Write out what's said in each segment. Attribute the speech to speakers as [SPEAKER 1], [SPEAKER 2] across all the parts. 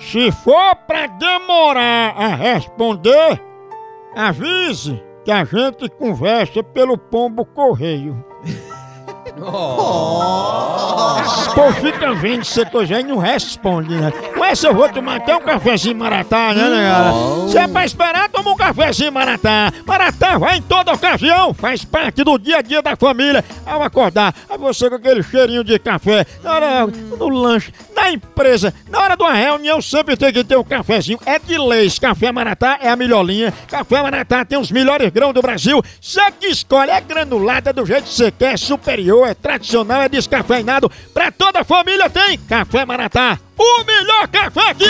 [SPEAKER 1] Se for pra demorar a responder, avise que a gente conversa pelo pombo correio. Pô, fica vendo que você tô já e não responde, né? Com essa eu vou tomar até um cafezinho maratá, né, galera? Se é pra esperar, toma um cafezinho maratá. Maratá vai em toda ocasião, faz parte do dia a dia da família. Ao acordar, aí você com aquele cheirinho de café, na hora do lanche, na empresa, na hora de uma reunião, sempre tem que ter um cafezinho. É de leis, café maratá é a melhor linha. Café maratá tem os melhores grãos do Brasil. Você que escolhe, é granulada do jeito que você quer, é superior, é tradicional, é descafeinado. Pra toda a família tem Café Maratá, o melhor café que é!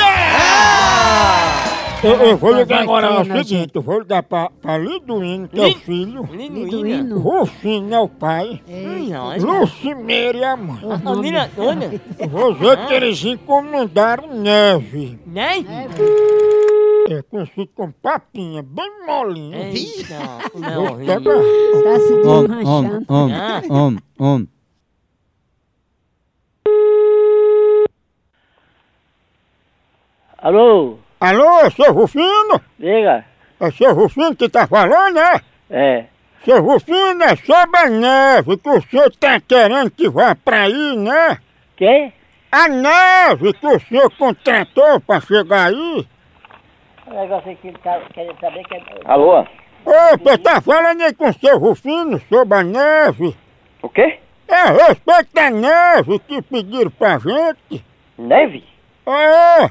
[SPEAKER 1] Eu, eu vou ligar agora, é o seguinte, eu vou ligar pra, pra Liduíno, que é o filho.
[SPEAKER 2] Linduína.
[SPEAKER 1] Rufino é o pai. Lucimeira é a mãe.
[SPEAKER 2] Nina, Nina.
[SPEAKER 1] Eu Vou ver que eles encomendaram neve.
[SPEAKER 2] Né?
[SPEAKER 1] É conhecido como papinha, bem molinha.
[SPEAKER 2] Eita,
[SPEAKER 1] Vou
[SPEAKER 2] não,
[SPEAKER 1] quebrar.
[SPEAKER 3] Tá se
[SPEAKER 4] Om, om,
[SPEAKER 3] desmanchando.
[SPEAKER 4] om,
[SPEAKER 2] Ah.
[SPEAKER 4] om, om.
[SPEAKER 5] Alô,
[SPEAKER 1] Alô, seu Rufino?
[SPEAKER 5] diga.
[SPEAKER 1] É seu Rufino que tá falando, né?
[SPEAKER 5] É,
[SPEAKER 1] Seu Rufino, é sobre a neve que o senhor tá querendo que vá pra aí, né?
[SPEAKER 5] quem?
[SPEAKER 1] A neve que o senhor contratou pra chegar aí?
[SPEAKER 5] O negócio aqui tá querendo saber que é... Alô?
[SPEAKER 1] Opa, tá falando aí com o seu Rufino sobre a neve?
[SPEAKER 5] O quê?
[SPEAKER 1] É a respeito da neve que pediram pra gente?
[SPEAKER 5] Neve?
[SPEAKER 1] É,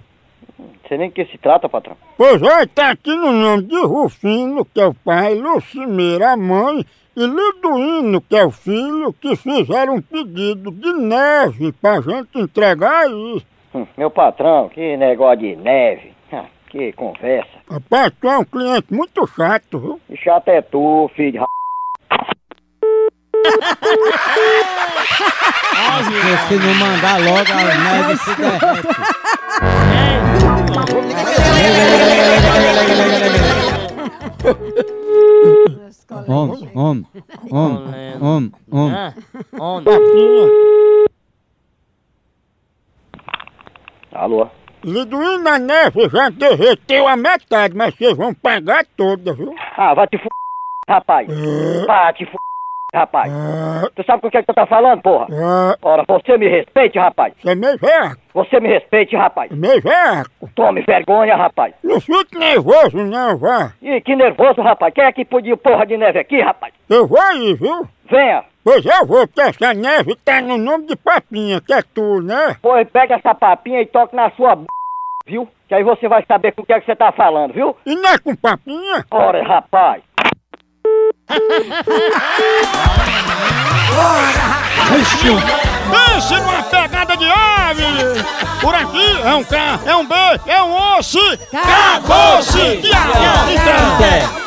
[SPEAKER 5] Não sei nem o que se trata, patrão.
[SPEAKER 1] pois é, tá aqui no nome de Rufino, que é o pai, Lucimeira, a mãe, e Liduíno, que é o filho, que fizeram um pedido de neve pra gente entregar aí.
[SPEAKER 5] Hum, Meu patrão, que negócio de neve. Ah, Que conversa.
[SPEAKER 1] Rapaz, tu é um cliente muito chato, viu?
[SPEAKER 5] E chato é tu, filho de ra-
[SPEAKER 4] Se não mandar logo, a neve se derrete. Om, om, om, om, om.
[SPEAKER 2] Ah, on.
[SPEAKER 1] Papinha.
[SPEAKER 5] Alô?
[SPEAKER 1] Liduíno, a neve já derreteu a metade, mas vocês vão pagar toda, viu?
[SPEAKER 5] Ah, vai te f... rapaz. Vai te f... rapaz.
[SPEAKER 1] Ah,
[SPEAKER 5] Tu sabe com o que é que tu tá falando, porra?
[SPEAKER 1] ah,
[SPEAKER 5] Ora, você me respeite, rapaz.
[SPEAKER 1] você é meio veaco,
[SPEAKER 5] Você me respeite, rapaz.
[SPEAKER 1] é meio veaco.
[SPEAKER 5] Tome vergonha, rapaz.
[SPEAKER 1] Não fique nervoso não, vá.
[SPEAKER 5] Ih, que nervoso, rapaz. Quem é que pediu porra de neve aqui, rapaz?
[SPEAKER 1] Eu vou aí, viu?
[SPEAKER 5] Venha.
[SPEAKER 1] Pois é, eu vou, porque essa neve tá no nome de papinha, que é tu, né?
[SPEAKER 5] Pô, pega essa papinha e toque na sua b... viu? Que aí você vai saber com o que é que você tá falando, viu?
[SPEAKER 1] E não é com papinha?
[SPEAKER 5] Ora, rapaz.
[SPEAKER 1] Pense numa pegada de ave! Por aqui é um K, é um B, é um osso! Acabou-se! Acabou-se!